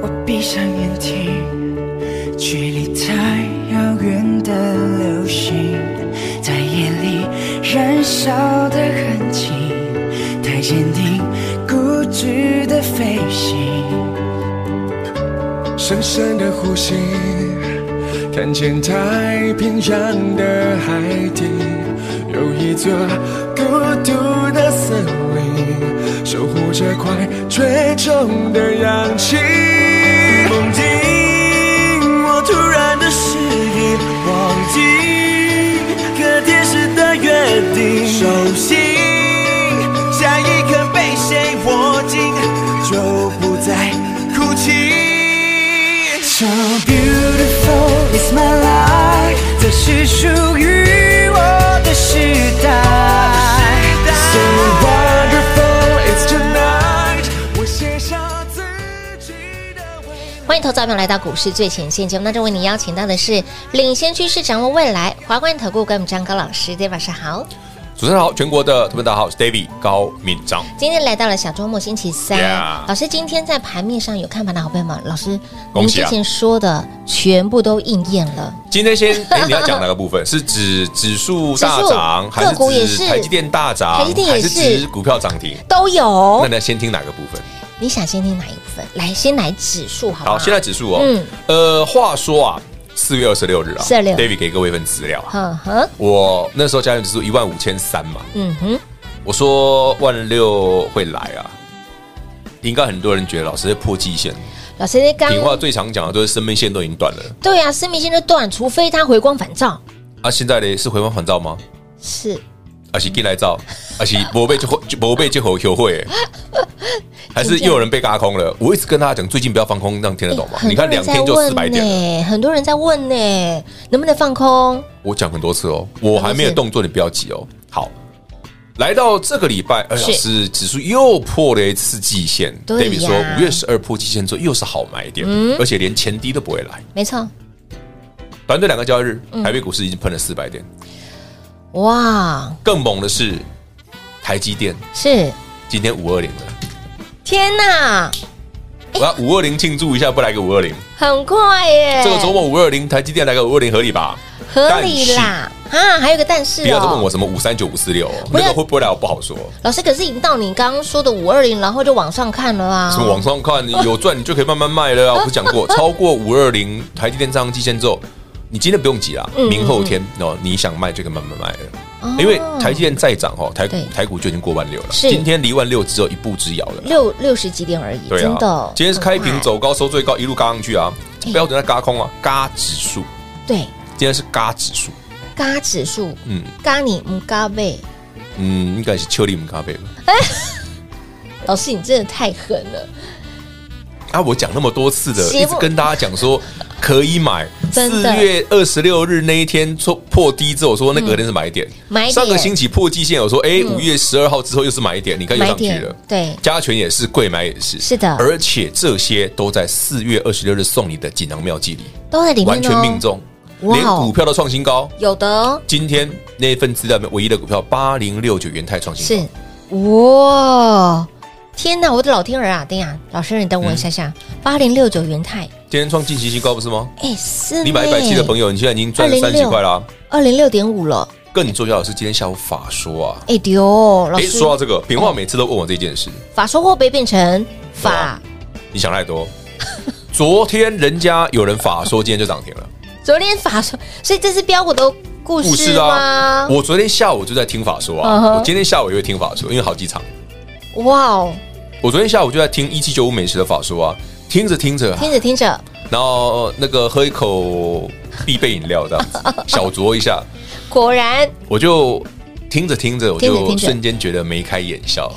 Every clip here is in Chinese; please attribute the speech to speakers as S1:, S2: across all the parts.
S1: 我闭上眼睛，距离太遥远的流星，在夜里燃烧的很轻，太坚定，固执的飞行。
S2: 深深的呼吸，看见太平洋的海底，有一座孤独的森林，守护着快追踪的氧气。
S1: 梦境，我突然的失忆，忘记和天使的约定，手心下一刻被谁握紧，就不再哭泣。So beautiful is my life，这是属于我的时代。
S2: So wonderful it's tonight，我写下自己的未来。
S3: 欢迎投资者朋友来到股市最前线节目当中，为您邀请到的是领先趋势、掌握未来华冠投顾跟我们张高老师，大家晚上好。
S4: 主持人好，全国的特别大家好，我是 David 高敏 章。
S3: 今天来到了小周末星期三
S4: Yeah
S3: 老师今天在盘面上有看盘的好朋友们，老师您
S4: 恭喜
S3: 之
S4: 啊
S3: 前说的全部都应验了，
S4: 今天先，哎、你要讲哪个部分？是指指数大涨，
S3: 指数个股
S4: 还
S3: 也
S4: 是
S3: 是
S4: 指台积电大涨，
S3: 台积电也
S4: 还
S3: 是哦
S4: 是指股票涨停？
S3: 都有
S4: 那。你要先听哪个部分？
S3: 你想先听哪一部分？来，先来指数好不好？
S4: 好，先来指数哦。
S3: 嗯
S4: 呃，话说啊，四月二十六日啊
S3: 26
S4: d a v i d 给各位一份资料啊，
S3: 哼哼，
S4: 我那时候加权指数一万五千三嘛，
S3: 嗯哼，
S4: 我说万六会来啊。应该很多人觉得老师在破季线，
S3: 老师刚
S4: 平话最常讲的就是生命线都已经断了，
S3: 对啊，生命线就断，除非它回光返照。
S4: 啊，现在呢是回光返照吗？
S3: 是，
S4: 而是进 来照，而是博贝就后博贝就后后悔，还是又有人被嘎空了？我一直跟大家讲，最近不要放空，让听得懂吗？
S3: 很
S4: 你
S3: 多
S4: 看
S3: 人
S4: 两
S3: 在
S4: 天就四百
S3: 问
S4: 点了，
S3: 呢，很多人在问呢，能不能放空？
S4: 我讲很多次哦，我还没有动作，你不要急哦。好，来到这个礼拜，哎呀，
S3: 是
S4: 是指数又破了一次季线。
S3: 对呀嗯
S4: David 说，五月十二破季线之后又是好买点，而且连前低都不会来。
S3: 没错，
S4: 短短两个交易日，
S3: 嗯
S4: 台北股市已经喷了四百点。
S3: 哇，
S4: 更猛的是，台积电
S3: 是，
S4: 今天五二零了，
S3: 天哪，哎
S4: 我要五二零庆祝一下，不来个五二零。
S3: 很快耶！
S4: 这个周末五二零，台积电来个五二零合理吧？
S3: 合理啦，啊，还有一个但是
S4: 不要再问我
S3: 哦，
S4: 什么五三九、五四六，
S3: 不
S4: 那
S3: 要
S4: 个会不会来我不好说。
S3: 老师可是已经到你刚刚说的五二零，然后就往上看了啊，
S4: 什么往上看，你有赚你就可以慢慢 卖了啊！我不是讲过，超过五二零台积电上季线之后，你今天不用急啦
S3: 嗯，
S4: 明后天哦，你想卖就可以慢慢卖了。
S3: 哦
S4: 因为台积电再涨哦，台股
S3: 对
S4: 台股就已经过万六了，
S3: 是
S4: 今天离万六只有一步之遥了啦。
S3: 六六十几点而已，
S4: 对
S3: 真
S4: 啊
S3: 的，，
S4: 今天是开
S3: 很
S4: 平
S3: 快，
S4: 走高，收最高一路嘎上去啊
S3: 哎，
S4: 标准在嘎空啊，嘎指数，
S3: 对，
S4: 今天是嘎指数，
S3: 嘎指数，
S4: 嗯
S3: 嘎你唔嘎背，
S4: 嗯，应该是丘利姆咖啡吧。
S3: 老师你真的太狠了，
S4: 啊，我讲那么多次的，
S3: 媳妇
S4: 一直跟大家讲说可以买。
S3: 真
S4: 四
S3: 的
S4: 月二十六日那一天破破低之后，我说那隔天是买点。
S3: 嗯买点嗯
S4: 上个星期破季线，我说哎，五月十二号之后又是买点，你看又
S3: 买
S4: 上去
S3: 点
S4: 了。
S3: 对
S4: 加权也是，贵买也是，
S3: 是的
S4: 而且这些都在四月二十六日送你的锦囊妙计里，
S3: 都在里面
S4: 完全
S3: 哦
S4: 命，中，
S3: 哇哦
S4: 连股票都创新高。
S3: 有的哦
S4: 今天那一份资料里面唯一的股票八零六九元泰创新高，
S3: 是，哇，天哪，我的老天儿啊，等一下，老师你等我一下下，
S4: 嗯
S3: 八零六九元泰，
S4: 今天创近期新高不是吗？
S3: 哎，是
S4: 你买一百七的朋友，你现在已经赚了三十几块啦。
S3: 二零六点五了，
S4: 更重要的是，今天下午法说啊，
S3: 哎丢，老
S4: 诶，
S3: 师
S4: 说到这个，平话每次都问我这件事，
S3: 法说会不会变成法？
S4: 啊你想 太多。昨天人家有人法说，今天就涨停了，
S3: 昨天法说，所以这是标股的故事吗？
S4: 啊我昨天下午就在听法说
S3: 嗯哼
S4: 啊，我今天下午也会听法说，因为好几场。
S3: 哇哦，
S4: 我昨天下午就在听一七九五美食的法说啊，听着听着啊，
S3: 听着听着，
S4: 然后那个喝一口必备饮料这样子，小酌 一下，
S3: 果然
S4: 我就听着听着，我
S3: 听着听
S4: 就
S3: 着
S4: 瞬间觉得眉开眼笑。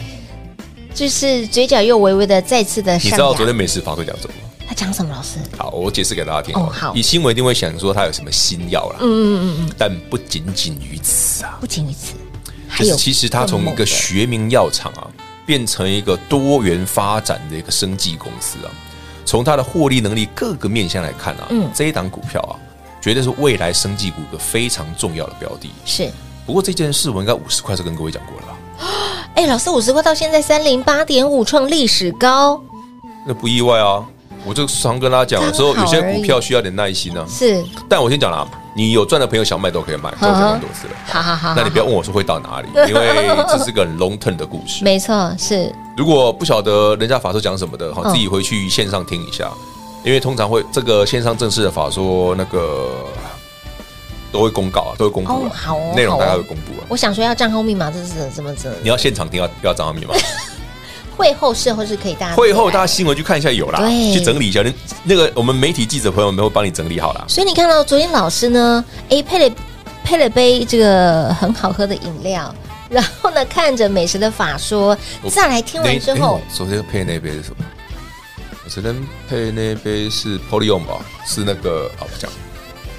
S3: 就是嘴角又微微的再次的
S4: 你
S3: 上
S4: 知道昨
S3: 扬。
S4: 天美食法会讲什么吗？
S3: 他讲什么？老师？
S4: 好，我解释给大家听。
S3: 哦好
S4: 以新闻一定会想说它有什么新药啦，
S3: 嗯嗯嗯嗯，
S4: 但不仅仅于此啊。
S3: 不仅于此，还
S4: 就是
S3: 有
S4: 其实它从
S3: 更
S4: 一
S3: 猛的
S4: 个学名药厂啊，变成一个多元发展的一个生技公司啊。从它的获利能力各个面向来看啊，
S3: 嗯
S4: 这一档股票啊，绝对是未来生技股一个非常重要的标的。
S3: 是。
S4: 不过这件事我应该五十块是跟各位讲过了吧？
S3: 哎，老师，五十块到现在三零八点五，创历史高，
S4: 那不意外啊。我就常跟大家讲，有时候有些股票需要点耐心啊。
S3: 是，
S4: 但我先讲啦，你有赚的朋友想卖都可以卖，这我讲很多次了。
S3: 好好好好，
S4: 那你不要问我说会到哪里，因为这是个很 long term 的故事。
S3: 没错，是
S4: 如果不晓得人家法说讲什么的哈，
S3: 嗯
S4: 自己回去线上听一下，因为通常会这个线上正式的法说那个都会公告啊，都会公布
S3: 哦
S4: 啊
S3: 好哦，
S4: 内容大概
S3: 好哦
S4: 会公布啊。
S3: 我想说要账号密码，这是怎么怎么？
S4: 你要现场听要啊要找到密码，
S3: 会后事后是可以大家
S4: 会后
S3: 家。
S4: 大家新闻去看一下有啦，
S3: 对
S4: 去整理一下。人那个我们媒体记者朋友们会帮你整理好啦。
S3: 所以你看到昨天老师呢，哎配了配了杯这个很好喝的饮料， 然后呢看着美食的法说，
S4: 我
S3: 再来听完之
S4: 那
S3: 后
S4: 诶，我昨天配那杯是什么？我昨天配那杯是 Polium 吧，是那个啊不讲，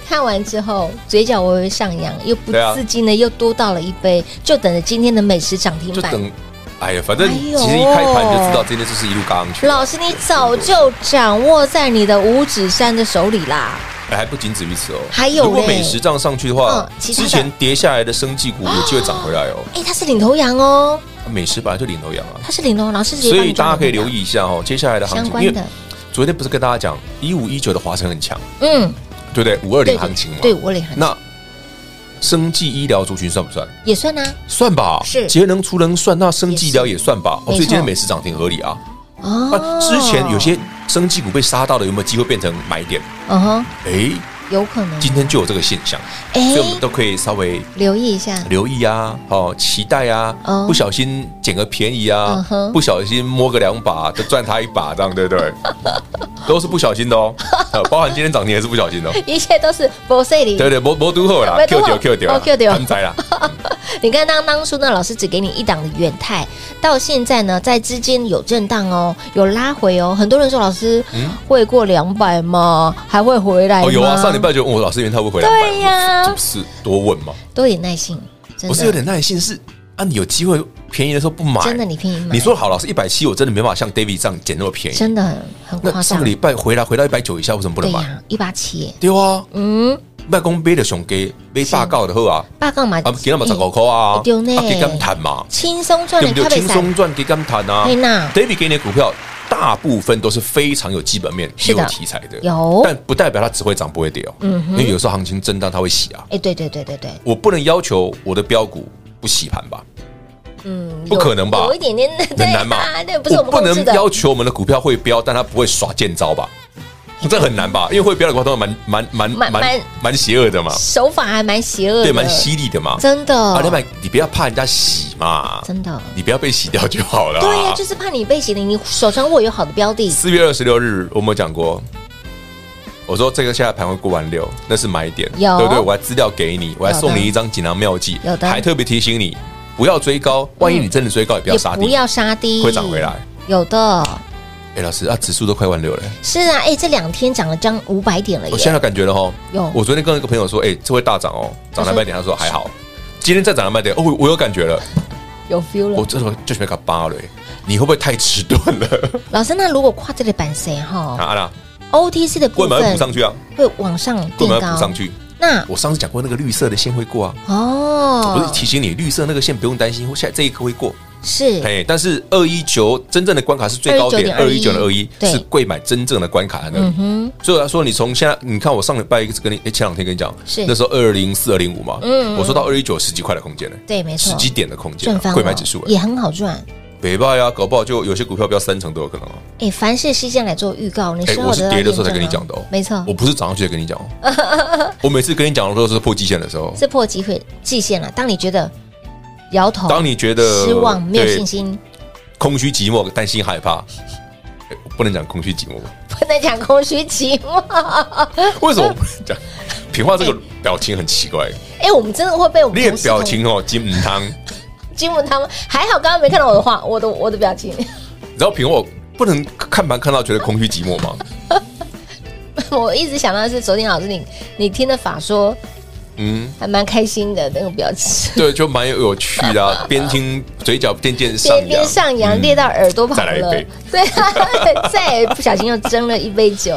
S3: 看完之后嘴角微微上扬，又不
S4: 对啊
S3: 自禁的又多倒了一杯，就等着今天的美食涨停
S4: 就
S3: 板。
S4: 等哎呀，反正
S3: 哎呦
S4: 其实一开盘就知道这件事是一路刚上去。
S3: 老师，你早就掌握在你的五指山的手里啦。
S4: 哎，还不仅止于此哦。
S3: 还有嘞
S4: 如果美食这样上去的话
S3: 嗯，其他的
S4: 之前跌下来的生技股有机会涨回来哦。啊
S3: 哎，它是领头羊哦，
S4: 美食本来就领头羊啊，
S3: 它是领头，老师直接
S4: 所
S3: 帮
S4: 以
S3: 你
S4: 大家可以
S3: 抓
S4: 留
S3: 领
S4: 意一下哦，接下来的
S3: 头
S4: 行
S3: 羊相
S4: 情。因
S3: 关
S4: 为
S3: 的。
S4: 昨天不是跟大家讲一五一九的华晨很强，
S3: 嗯，
S4: 对不对？五二
S3: 对
S4: 零行情嘛。
S3: 对我领行情
S4: 那生技医疗族群算不算？
S3: 也算啊。
S4: 算吧，
S3: 是
S4: 节能除能算，那生技医疗也算吧。哦，
S3: 没错
S4: 所以今天美食涨停合理啊。
S3: 哦
S4: 那，之前有，些生技股被杀到的，有没有机会变成买点？
S3: 嗯哼，
S4: 哎，
S3: 有可能。
S4: 今天就有这个现象，
S3: 哎
S4: 所以我们都可以稍微
S3: 留意一下，
S4: 留意啊，哦，期待啊，
S3: 哦
S4: 不小心捡个便宜
S3: 嗯
S4: 啊，
S3: 哼
S4: 不小心摸个两把，就赚他一把，这样对不对？ 都是不小心的哦，呃包含今天涨停也是不小心的、哦，
S3: 一切都是博碎里。
S4: 对对，摸摸都后啦
S3: 没
S4: ，Q
S3: 拄好
S4: 掉 Q 掉
S3: 哦，Q 掉
S4: 安仔 啦，
S3: 你看当当初呢，老师只给你一档的远泰，到现在呢，在之间有震荡哦，有拉回哦。很多人说老师、会过两百吗？还会回来吗？
S4: 嗯哦有啊，上礼拜就问我老师，原他会回来买，
S3: 哎对呀
S4: 我说这是多问嘛，
S3: 多一点耐心，真
S4: 我是有
S3: 的，
S4: 点耐心，是啊，你有机会便宜的时候不买，
S3: 真的你便宜买
S4: 你说好，老师一百七，我真的没办法像 David 这样捡那么便宜，
S3: 真的很很
S4: 那
S3: 夸
S4: 上
S3: 张
S4: 个。礼拜回来回到一百九以下，为什么不
S3: 对
S4: 能买？
S3: 呀，一八七，
S4: 对啊，
S3: 嗯，
S4: 卖公杯的熊给买大告的好啊。
S3: 八杠嘛，
S4: 啊，给他们十五块啊，
S3: 哎对呢
S4: 啊，给他们谈嘛，
S3: 轻松赚
S4: 对
S3: 的
S4: 不
S3: 咖
S4: 对？
S3: 啡
S4: 轻
S3: 散
S4: 松赚，给他们谈啊
S3: 嘿呐。
S4: David 给你的股票，大部分都是非常有基本面、
S3: 是的
S4: 有题材的，
S3: 有嗯
S4: 但不代表它只会涨不会跌哦。因为有时候行情震荡它会洗啊，
S3: 哎，对对对对对，
S4: 我不能要求我的标股不洗盘吧，
S3: 嗯，
S4: 不
S3: 有
S4: 可能吧
S3: 有一点点，
S4: 很难嘛
S3: 对啊对，，不是我
S4: 我
S3: 们
S4: 不
S3: 控
S4: 能
S3: 制的。
S4: 要求我们的股票会标，但它不会耍贱招吧？这很难吧？因为会标的股票都蛮蛮蛮
S3: 蛮
S4: 蛮
S3: 蛮
S4: 蛮蛮邪恶的嘛，
S3: 手法还蛮邪恶的，
S4: 对，蛮犀利的嘛。
S3: 真的，
S4: 啊，你买，你不要怕人家洗嘛，
S3: 真的，
S4: 你不要被洗掉就好了。
S3: 对呀、就是怕你被洗的，你手上握有好的标的，
S4: 四月二十六日，我们有讲过，我说这个现在盘会过完六，那是买点，
S3: 有
S4: 对不对？我还资料给你，我还送
S3: 有
S4: 你
S3: 的
S4: 一张锦囊妙计，
S3: 有的
S4: 还特别提醒你不要追高，万一你真的追高，也不要
S3: 也
S4: 杀
S3: 不
S4: 低。
S3: 要杀低，
S4: 会涨回来。
S3: 有的
S4: 哎，老师啊，指数都快万六了，
S3: 是啊，哎、这两天涨了将五百点了
S4: 我哦现在
S3: 耶，
S4: 有感觉了哈
S3: 有。
S4: 我昨天跟一个朋友说，哎，这会大涨哦，
S3: 他
S4: 涨
S3: 说
S4: 两百点，他说还好。今天再涨两百点，哦，我我有感觉了，
S3: 有 feel
S4: 我
S3: 了。
S4: 这时候就是那个八了，哎你会不会太迟钝了？
S3: 老师，那如果跨这里板谁
S4: 啊，
S3: 哈
S4: 安娜，
S3: ？OTC 的部
S4: 贵门要补
S3: 分
S4: 上去啊，
S3: 会往上
S4: 贵
S3: 垫
S4: 门要
S3: 高
S4: 补，上去。
S3: 那
S4: 我上次讲过那个绿色的线会过啊，我不
S3: 哦
S4: 是，提醒你绿色那个线不用担心，下这一刻会过。
S3: 是
S4: 哎，但是二一九真正的关卡是最高点，二一九的二
S3: 219.21
S4: 一是贵买真正的关卡在那
S3: 嗯
S4: 里。所以我要说，你从现在，你看我上礼拜一直跟你，哎，前两天跟你讲，
S3: 是
S4: 那时候二零四二零五嘛，我说到二一九十几块的空间呢，
S3: 对没错
S4: 十几点的空间
S3: 正
S4: 啊，
S3: 方哦
S4: 贵买指数
S3: 也很好赚。
S4: 北拜啊，搞不好就有些股票飙三成都有可能哦。
S3: 哎，凡事事先来做预告，你
S4: 哎
S3: 事，后
S4: 我
S3: 得
S4: 是
S3: 到
S4: 跌的
S3: 验
S4: 时候才
S3: 证
S4: 跟你
S3: 啊
S4: 讲的哦，
S3: 没错
S4: 我，不是涨上去才跟你讲哦，我每次跟你讲的时候是破季线的时候，
S3: 是破机会季线了。当你觉得摇头，
S4: 当你觉得
S3: 哦失望、没有
S4: 对
S3: 信心，
S4: 空虚、寂寞、担心、害怕， 诶我不能讲空虚寂寞吧？
S3: 不能讲空虚寂寞。
S4: 为什么不能讲？品化这个表情很奇怪，
S3: 哎、我们真的会被我们
S4: 那
S3: 同
S4: 个
S3: 事
S4: 表
S3: 同
S4: 情哦，金母汤。
S3: 金木他们还好，刚刚没看到我的话，我的我的表情，
S4: 你知道品化不能看盘看到觉得空虚寂寞吗？
S3: 我一直想到的是昨天老师你你听的法说
S4: 嗯，
S3: 还蛮开心的那个表情，
S4: 对，就蛮有趣 的、啊，边听嘴角渐渐上
S3: 边
S4: 扬
S3: 边，上扬，
S4: 嗯
S3: 裂到耳朵旁
S4: 再来一
S3: 了
S4: 杯，
S3: 对，啊再也不小心又蒸了一杯酒，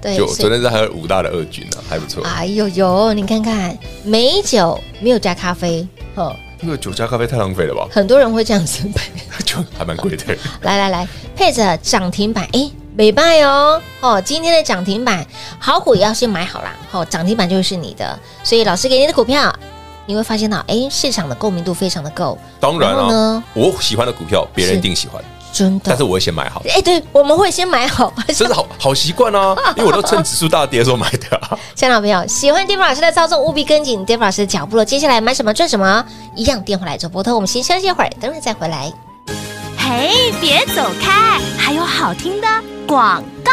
S3: 对，
S4: 就
S3: 所以
S4: 昨天在喝武大的二军啊，还不错。
S3: 哎呦呦，你看看美酒没有加咖啡，哦，
S4: 那个酒加咖啡太浪费了吧？
S3: 很多人会这样子配。
S4: 就还蛮贵的。
S3: 来来来，配着涨停板，哎，美拜哦，哦，今天的涨停板好股也要先买好啦，哦，涨停板就是你的，所以老师给你的股票，你会发现到，哎，市场的共鸣度非常的够，
S4: 当然
S3: 然后
S4: 啊
S3: 呢，
S4: 我喜欢的股票别人
S3: 是
S4: 一定喜欢，
S3: 真
S4: 但
S3: 的
S4: 是，我会先买好，
S3: 哎，对，我们会先买好，
S4: 真是好好习 惯啊，因为我都趁指数大跌的时候买的啊。
S3: 亲爱的朋友，喜欢 d a v i 老师的操纵，务必跟紧 d a v i 老师的脚步了，接下来买什么赚什么，一样电话来做波特，我们先休息一会儿，等会儿再回来。
S5: 嘿，别走开，还有好听的广告。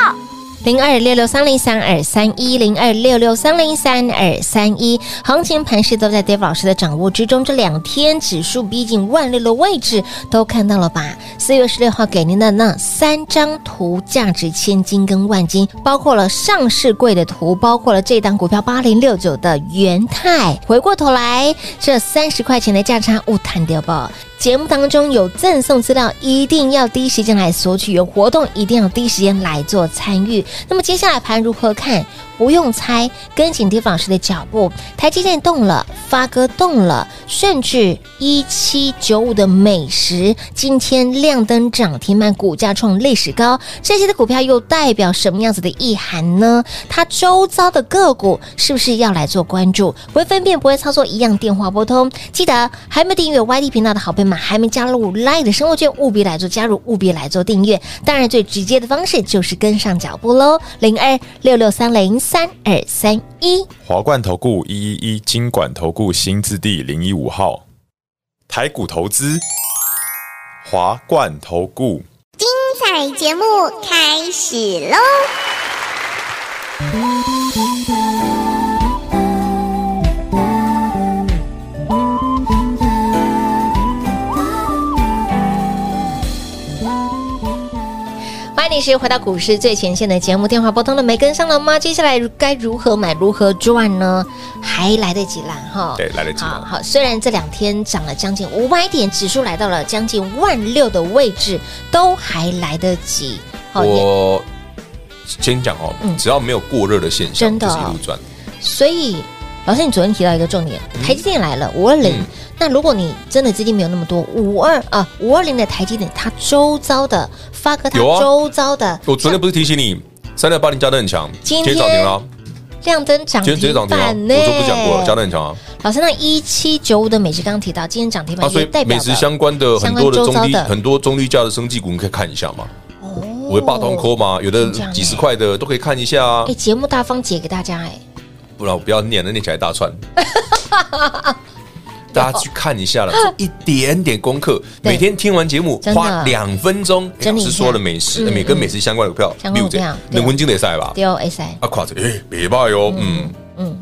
S3: 零二六六三零三二三一零二六六三零三二三一，行情盘势都在 Dave 老师的掌握之中。这两天指数逼近万六的位置，都看到了吧？四月十六号给您的那三张图，价值千金跟万金，包括了上市柜的图，包括了这档股票八零六九的元泰。回过头来，这三十块钱的价差，误谈掉吧。节目当中有赠送资料，一定要第一时间来索取；有活动，一定要第一时间来做参与。那么接下来盘如何看？不用猜，跟紧跌老师的脚步。台积电动了，发哥动了，甚至一七九五的美食今天亮灯涨停板，股价创历史高。这些的股票又代表什么样子的意涵呢？它周遭的个股是不是要来做关注？不会分辨，不会操作，一样电话拨通。记得还没有订阅 YD 频道的好朋友们，还没加入 Line 的生活圈，务必来做加入，务必来做订阅。当然，最直接的方式就是跟上脚步喽，零二六六三零三二三一。
S6: 华冠投顾一一一金管投顾新字第零一五号，台股投资，华冠投顾。
S7: 彩节目开始喽！
S3: 欢迎你，是回到股市最前线的节目，电话拨通了没跟上了吗？接下来该如何买，如何赚呢？还来得及啦，哈。
S4: 对，来得及
S3: 好
S4: 吗？
S3: 好，虽然这两天涨了将近五百点，指数来到了将近万六的位置，都还来得及。好，也
S4: 我先讲哦
S3: 嗯，
S4: 只要没有过热的现象，
S3: 真的
S4: 就
S3: 哦
S4: 是一路赚。
S3: 所以老师，你昨天提到一个重点，台积电来了五二零
S4: 嗯。
S3: 那如果你真的资金没有那么多，五二啊五二零的台积电，它周遭的发哥，它
S4: 有啊
S3: 周遭的
S4: 我昨天不是提醒你，三六八零加登很强，
S3: 今天
S4: 涨停了啊，
S3: 亮灯涨
S4: 今天直接
S3: 停
S4: 涨停了啊，
S3: 板呢？
S4: 我就不讲过了，加登很强啊。
S3: 老师，那一七九五的美食刚刚提到，今天涨停板
S4: 啊，所
S3: 也
S4: 以
S3: 代表
S4: 美食相关的很多的
S3: 相关周
S4: 中
S3: 遭
S4: 低
S3: 的
S4: 很多中低价的生技股，你可以看一下嘛。我
S3: 我
S4: 的霸通扣嘛，有的
S3: 是这样欸
S4: 几十块的都可以看一下啊
S3: 哎，。节目大方解给大家哎，
S4: 不然我不要念了，念起来大 串。大家去看一下了，做一点点功课，
S3: 哦对
S4: 每天听完节目
S3: 真的
S4: 花两分钟。哎
S3: 整
S4: 老
S3: 理一下
S4: 师说了美食，
S3: 嗯
S4: 每跟美食相关的股票，
S3: 相关股票对
S4: 能文经的赛吧？
S3: 丢 S I，
S4: 啊，夸着，哎，别吧哟，嗯，
S3: 嗯，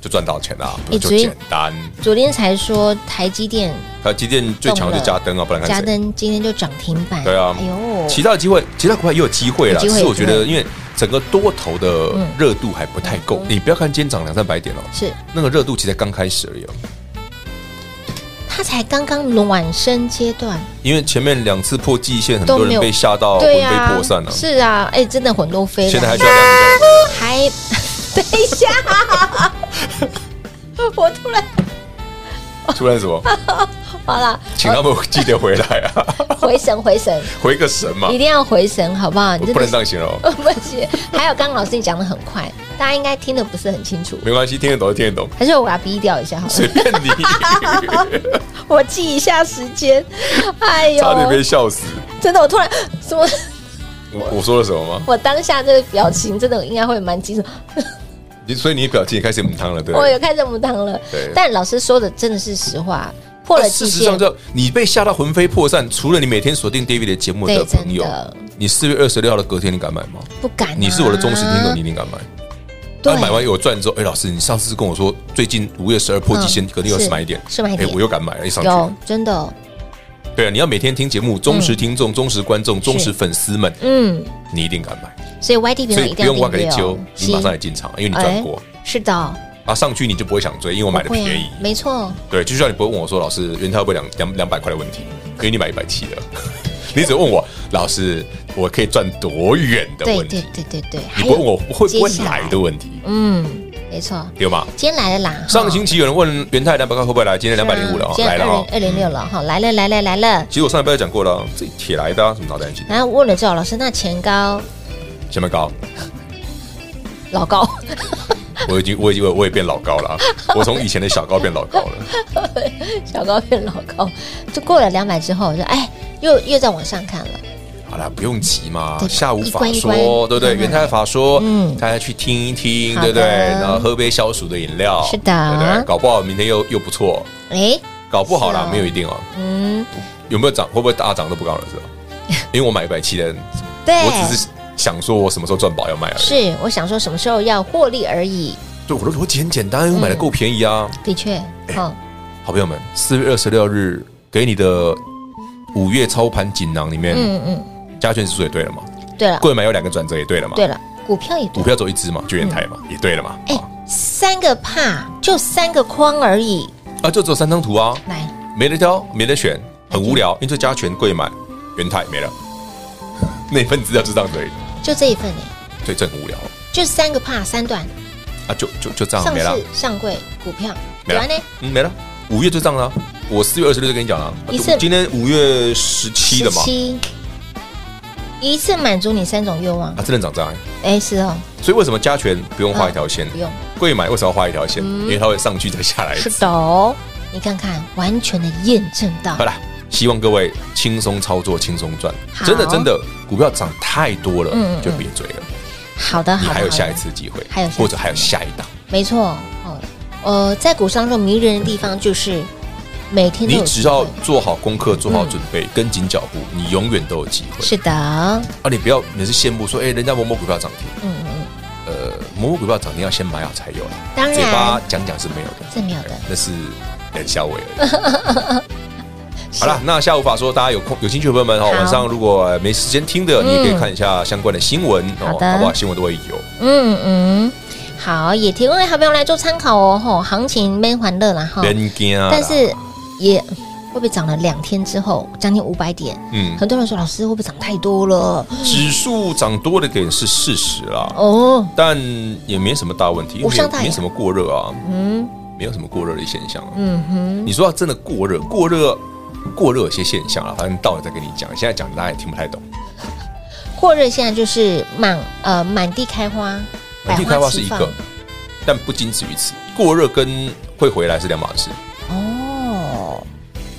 S4: 就赚到钱啦，
S3: 哎
S4: 就
S3: 所以
S4: 简单。
S3: 昨天才说台积电
S4: 还有今天最强的就加登啊，不然看
S3: 嘉
S4: 谁？
S3: 登今天就涨停板，
S4: 对啊
S3: 哎呦，
S4: 其他的机会，其他股票也有机会啦。
S3: 有机
S4: 只
S3: 会
S4: 是我觉
S3: 有
S4: 得，
S3: 机
S4: 因为整个多头的
S3: 嗯
S4: 热度还不太够，你不要看今天涨两三百点哦，
S3: 是
S4: 那个热度其实才刚开始而已哦。
S3: 它才刚刚暖身阶段，
S4: 因为前面两次破季线，很
S3: 都没
S4: 多人
S3: 有
S4: 被吓到魂
S3: 对
S4: 哦飞
S3: 啊，
S4: 魄散了。
S3: 是啊，哎，真的魂都飞了，
S4: 现在还需要量价，
S3: 还 等一下， 我突然
S4: 突然什么？
S3: 好了，
S4: 请他们记得回来啊，
S3: 回神回神，
S4: 回个神嘛
S3: 一，定要回神，好不好？你
S4: 不能这样形容。
S3: 样，不是，还有刚刚老师你讲的很快，大家应该听的不是很清楚。
S4: 没关系，听得懂就听 得懂，
S3: 还是我把它逼掉一下好
S4: 随
S3: 了，
S4: 便你，
S3: 我记一下时间。哎呦，
S4: 差点被笑死。
S3: 真的，我突然什么？
S4: 我我说了什么吗？
S3: 我当下这个表情真的应该会蛮惊悚，
S4: 你所以你表情也开始母汤了，对不
S3: 我
S4: 对？
S3: 有看这么当了
S4: 对。
S3: 但老师说的真的是实话，破了
S4: 但
S3: 极
S4: 事实
S3: 限
S4: 上，，就你被吓到魂飞魄散，除了你每天锁定 David 的节目的
S3: 对
S4: 朋友
S3: 真的，
S4: 你四月二十六号的隔天你敢买吗？
S3: 不敢啊。
S4: 你是我的忠实听众，你一定敢买。
S3: 对
S4: 他买完有赚之后，哎，老师，你上次跟我说最近五月十二破季线，
S3: 嗯
S4: 隔天又
S3: 是
S4: 是买一点，
S3: 是买一点
S4: 哎我又敢买了，一上去。
S3: 有真的，
S4: 对啊，你要每天听节目，忠实听众、忠实观众、忠实粉丝们，
S3: 嗯，
S4: 你一定敢买，
S3: 所以 YT 频
S4: 所
S3: 道一
S4: 以不
S3: 定要
S4: 用挖
S3: 订
S4: 给
S3: 阅
S4: 你揪
S3: 哦，，
S4: 你马上来进场，因为你赚过。
S3: 哎是的，
S4: 啊，上去你就不会想追，因为我买的
S3: 不会
S4: 便
S3: 啊
S4: 宜。
S3: 没错，
S4: 对，就像你不会问我说，老师原跳会不会两两两百块的问题，因为你买一百七的， 你只问我老师我可以赚多远的
S3: 对
S4: 问
S3: 对
S4: 题，
S3: 对对对，还
S4: 你
S3: 有
S4: 不问我会不
S3: 接
S4: 会
S3: 下来
S4: 来的问题，
S3: 嗯，没错，
S4: 对吗？
S3: 今天来了啦，
S4: 上
S3: 星
S4: 星期有人问元泰两百块会不会来，今天两百零五了哦，
S3: 嗯今
S4: 来
S3: 天
S4: 了
S3: 二
S4: 哦。
S3: 零二零六了哈，来了来了来了，
S4: 其实我上礼拜有讲过了，这铁来的啊，什么脑袋金，
S3: 然后问了之后，老师那前高
S4: 前面高，
S3: 老高，
S4: 我已经我已经我也变老高了啊，我从以前的小高变老高了。
S3: 小高变老高，就过了两百之后，我就哎又又在往上看了，
S4: 好啦，不用急嘛
S3: 对，
S4: 下午
S3: 一
S4: 法
S3: 关一关
S4: 说，对不对？
S3: 嗯
S4: 元泰法说，
S3: 嗯
S4: 大家去听一听，
S3: 好
S4: 对
S3: 的
S4: 不对？然后喝杯消暑的饮料，
S3: 是的
S4: 对不对？搞不好明天又又不错，
S3: 哎，
S4: 搞不好
S3: 是
S4: 啦
S3: 哦，
S4: 没有一定哦。
S3: 嗯，
S4: 有没有涨？会不会大涨都不告诉 道，因为我买一百七的，
S3: 对，
S4: 我只是想说我什么时候赚饱要卖而已。
S3: 是我想说什么时候要获利而已，
S4: 对，我的逻辑很简单，因为我买的够便宜啊。
S3: 的 确，哦，
S4: 好朋友们，四月二十六日给你的五月操盘锦囊里面，
S3: 嗯嗯，
S4: 加权指数也对了嘛，
S3: 对了，
S4: 贵买有两个转折也对了嘛，
S3: 对了，股票也
S4: 股
S3: 对，
S4: 票走一只嘛，就元泰嘛，也对了嘛，
S3: 哎，三个帕就三个框而已，
S4: 啊，就只有三张图啊，
S3: 来，
S4: 没得挑，没得选，很无聊，因为就加权贵买元泰没了， 那份资料就这样子而已，
S3: 就这一份哎，
S4: 所以这很无聊
S3: 就三个帕三段，
S4: 啊，就就就这样
S3: 上
S4: 没了，
S3: 市上柜股票，啊
S4: 没了
S3: 完呢，
S4: 嗯，没了，五月就这样了、啊我四月二十六就跟你讲了、啊
S3: 一次
S4: 今天五月十七了嘛，
S3: 七，一次满足你三种愿望
S4: 啊，，真的涨涨、欸，
S3: 哎，是哦，
S4: 所以为什么加权不用画一条线？
S3: 不用。嗯
S4: 贵买为什么要画一条线？因为它会上去再下来一
S3: 是
S4: 次。
S3: 的哦，你看看，完全的验证到
S4: 好，啦，希望各位轻松操作，轻松赚
S3: 好。
S4: 真的真的，股票涨太多了
S3: 嗯嗯，
S4: 就别追了。
S3: 好的，
S4: 你
S3: 好的，
S4: 还有下一
S3: 好
S4: 次机会，
S3: 还有下一次
S4: 或者还有下一档。
S3: 的，没错，哦，呃，在股市当中迷人的地方就是每天都
S4: 你
S3: 有
S4: 只
S3: 机
S4: 要
S3: 会，
S4: 做好功课，做好准备，跟紧脚步，你永远都有机会。
S3: 是的，
S4: 啊，你不要你是羡慕说，哎，人家某某股票涨停，
S3: 嗯嗯，
S4: 呃，某某股票涨停要先买好才有啦。
S3: 当然
S4: 嘴巴讲讲是没有的，
S3: 是没有的，
S4: 那是冷笑伟而已。 好了，那下午法说，大家有空有兴趣的朋友们哦，
S3: 好
S4: 晚上如果呃没时间听的，
S3: 嗯
S4: 你也可以看一下相关的新闻
S3: 好
S4: 哦，
S3: 的
S4: 好不好？新闻都会有。
S3: 嗯嗯。好，也提供给好朋友来做参考哦。吼，行情闷欢乐啦哈，
S4: 人惊
S3: 哦
S4: 啊啦，
S3: 但是也会不会涨了两天之后，将近五百点？
S4: 嗯，
S3: 很多人说老师会不会涨太多了？
S4: 指数涨多的点是事实啦，
S3: 哦，
S4: 但也没什么大问题，因
S3: 无
S4: 为没
S3: 伤
S4: 有
S3: 大雅
S4: 没什么过热啊，
S3: 嗯
S4: 没有什么过热的现象啊。
S3: 嗯哼，
S4: 你说要真的过热，过热。过热有些现象啊，反正到了再跟你讲，现在讲大家也听不太懂。
S3: 过热现在就是满呃满地开花，百
S4: 地开花是
S3: 齐
S4: 一
S3: 放
S4: 个，但不仅止于此。过热跟会回来是两码事。
S3: 哦，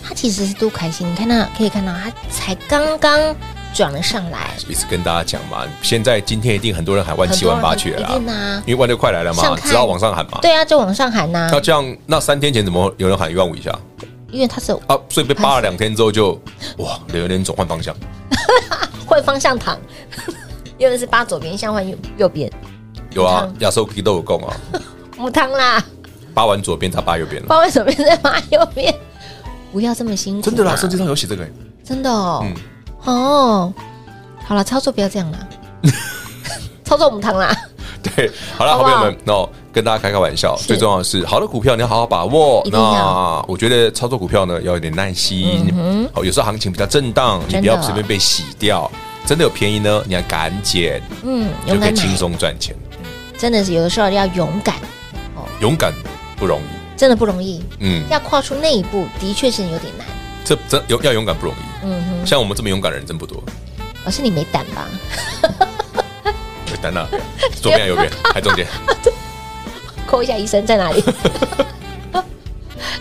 S3: 它其实是多开心，你看它可以看到它才刚刚转了上来，
S4: 一次跟大家讲嘛，现在今天一定很多人喊万七万八去
S3: 很
S4: 了
S3: 多人一
S4: 啦，
S3: 定啊，
S4: 因为万六快来了嘛
S3: 上，看
S4: 只好往上喊嘛。
S3: 对啊，就往上喊呐、
S4: 那这样，那三天前怎么有人喊一万五以下
S3: 因为它是
S4: 啊？所以被扒了两天之后就，哇，有点总换方向，
S3: 换方向躺， 因为是扒左边，向换右右边，
S4: 有啊
S3: 嗯，
S4: 亚洲 K 都有供啊，
S3: 母汤啦，
S4: 扒完左边才扒右边
S3: 不知
S4: 了，
S3: 道为什么在扒右边，不要这么辛苦、
S4: 真的啦，圣经上有写这个欸，
S3: 真的哦，
S4: 嗯
S3: 哦，好了，操作不要这样 啦，操作母汤啦，
S4: 对，好了，
S3: 好
S4: 好
S3: 不
S4: 朋
S3: 好
S4: 友们，那我跟大家开开玩笑，
S3: 是
S4: 最重要的是，好的股票你要好好把握
S3: 一。定要
S4: 那我觉得操作股票呢，要有点耐心
S3: 嗯哼。
S4: 哦，有时候行情比较震荡，你
S3: 真的
S4: 不要随便被洗掉。真的有便宜呢，你要赶紧，
S3: 嗯，
S4: 就
S3: 勇
S4: 可以
S3: 敢
S4: 轻
S3: 买，
S4: 松赚钱。
S3: 真的是有的时候要勇敢，
S4: 勇敢不容易，
S3: 真的不容易，
S4: 嗯，
S3: 要跨出那一步，的确是有点难。
S4: 这真有要勇敢不容易。
S3: 嗯哼，
S4: 像我们这么勇敢的人真不多，
S3: 老哦师你没胆吧？
S4: 有丹娜，左边 还右边，还中间，
S3: 扣一下医生在哪里？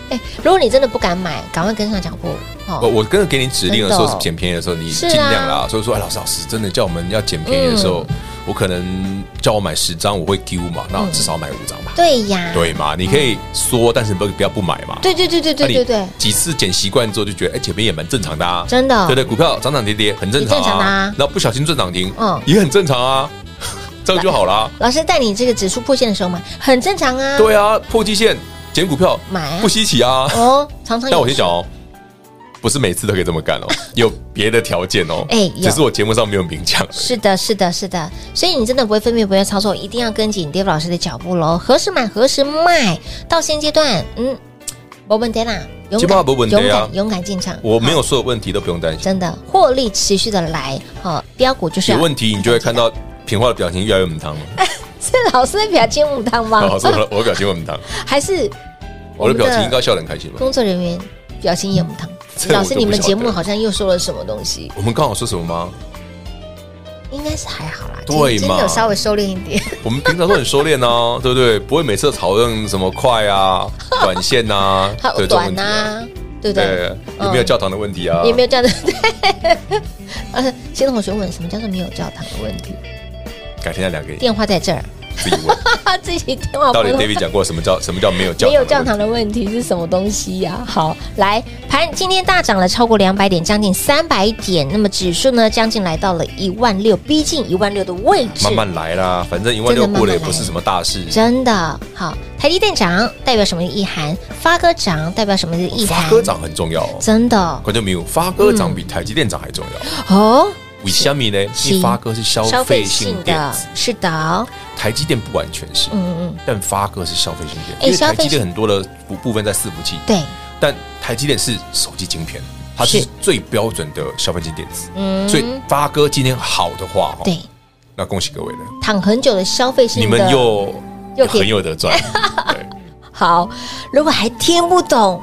S3: 哎、如果你真的不敢买，赶快跟上脚步
S4: 我
S3: 哦。
S4: 我跟着给你指令的时候
S3: 真的
S4: 是
S3: 哦
S4: 捡便宜的时候，你
S3: 是
S4: 尽
S3: 啊
S4: 量啦。所以说，哎，老师老师，真的叫我们要捡便宜的时候，
S3: 嗯
S4: 我可能叫我买十张，我会丢嘛，那至少买五张吧，
S3: 对呀，
S4: 对嘛？你可以说，但是不不要不买嘛。
S3: 对对对对
S4: 那
S3: 对
S4: 你
S3: 对对，
S4: 几次捡习惯之后就觉得，哎，捡便宜也蛮正常的啊，
S3: 真的哦
S4: 对对，股票涨涨跌跌很正
S3: 也
S4: 常
S3: 正常啊
S4: 啊，然后不小心赚涨停
S3: 嗯，
S4: 也很正常啊。这样就好啦。
S3: 老师带你这个指数破线的时候买，很正常啊。
S4: 对啊，破季线捡股票
S3: 买啊
S4: 不稀奇啊。
S3: 哦，常常有
S4: 但我先讲哦，不是每次都可以这么干哦， 有别的条件哦。
S3: 哎有
S4: 只是我节目上没有明讲而已。
S3: 是的，是的，是的，所以你真的不会分辨，不会操作，一定要跟紧 Dave 老师的脚步喽。何时买，何时卖，到现阶段，嗯，没问题啦，勇
S4: 基本上
S3: 敢，
S4: 没问题啊
S3: 勇敢，勇敢进场。
S4: 我没有所有问题都不用担心，
S3: 真的获利持续的来，好、标股就是啊
S4: 有问题你就会看到平花的表情越来越母汤了。
S3: 是 老师的表情舞汤吗？
S4: 好，是我的我的表情母 汤，
S3: 还是
S4: 哦我的
S3: 啊们
S4: 表情应该笑得很开心吧？
S3: 工作人员表情也母汤？
S4: 这
S3: 老
S4: 我
S3: 师，
S4: 就
S3: 你
S4: 不
S3: 们
S4: 晓
S3: 节目
S4: 得
S3: 好像又说了什么东西？
S4: 我们刚好说什么吗？
S3: 应该是还好啦，
S4: 对
S3: 今天今
S4: 嘛
S3: 天有稍微收敛一点。
S4: 我们平常都很收敛啊， 对不对？不会每次讨论什么快啊、短线啊，
S3: 好
S4: 对这种问
S3: 短
S4: 题啊，
S3: 啊，对不对？嗯
S4: 对，有没有教堂的问题啊？
S3: 也没有这样的。 对，呃，新同学问什么叫做没有教堂的问题？
S4: 改天再聊给你
S3: 电话在这儿，
S4: 自己问。
S3: 他自己电话
S4: 到底
S3: 拨
S4: David 讲过什么叫什么叫没有教
S3: 没有教
S4: 堂的
S3: 堂的
S4: 问
S3: 问题是什么东西呀、好，来盘今天大涨了超过两百点，将近三百点，那么指数呢将近来到了一万六，逼近一万六的位
S4: 题？
S3: 置。
S4: 慢慢来啦，反正一万六
S3: 真的慢慢
S4: 过了也
S3: 来
S4: 不是什么大事。
S3: 真的好，台积电涨代表什么意涵？发哥涨代表什么意涵
S4: 发？哥涨很重要哦，
S3: 真的
S4: 观众朋友，发哥涨比台积电涨还重要。
S3: 哦，
S4: 为什么呢？因
S3: 是
S4: 为发哥是消
S3: 哦消
S4: 费
S3: 费
S4: 性
S3: 性
S4: 电
S3: 的
S4: 子，
S3: 是的哦，
S4: 台积电不完全是，
S3: 嗯嗯，
S4: 但发哥是消费性电
S3: 哎
S4: 子，因为
S3: 消
S4: 台
S3: 费
S4: 积电
S3: 性
S4: 很多的部部分在伺服器，
S3: 对，
S4: 但台积电是手机晶片，它是
S3: 是
S4: 最标准的消费性电子。
S3: 嗯，
S4: 所以发哥今天好的话，哦
S3: 对，
S4: 那恭喜各位了，
S3: 躺很久的消费性
S4: 你
S3: 的，
S4: 们又
S3: 又
S4: 又
S3: 可以
S4: 很有得 赚。对，
S3: 好。如果还听不懂，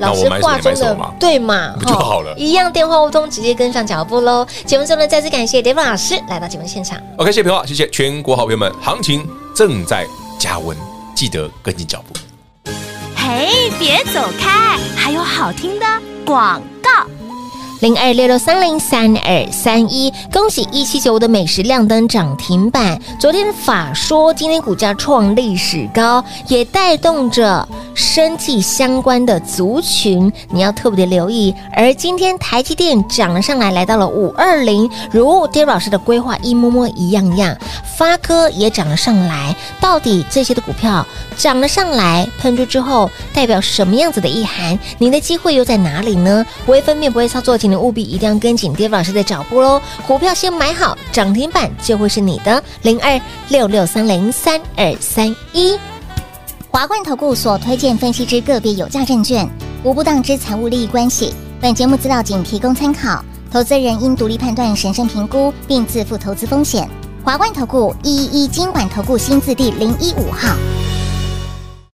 S4: 那
S3: 老
S4: 我
S3: 师
S4: 买什么
S3: 话
S4: 你买
S3: 中
S4: 什么
S3: 的
S4: 嘛
S3: 对嘛，
S4: 不就
S3: 吼
S4: 好了
S3: 一样电话互通，直接跟上脚步喽。节目中呢，再次感谢 David 老师来到节目现场。
S4: OK，谢谢平话，谢谢全国好朋友们，行情正在加温，记得跟进脚步。
S5: 嘿，别走开，还有好听的广告。
S3: 零二六六三零三二三一，恭喜一七九五的美食亮灯涨停板。昨天法说，今天股价创历史高，也带动着生计相关的族群，你要特别的留意。而今天台积电涨了上来，来到了五二零，如 d a 老师的规划一摸摸一样样。发哥也涨了上来，到底这些的股票涨了上来，喷出之后代表什么样子的意涵？您的机会又在哪里呢？不会分辨，不会操作，请您务必一定要跟紧 d a 老师的脚步喽。股票先买好，涨停板就会是你的零二六六三零三二三一。
S7: 华冠投顾所推荐分析之个别有价证券，无不当之财务利益关系。本节目资料仅提供参考，投资人应独立判断、审慎评估，并自负投资风险。华冠投顾一一一金管投顾新字第零一五号。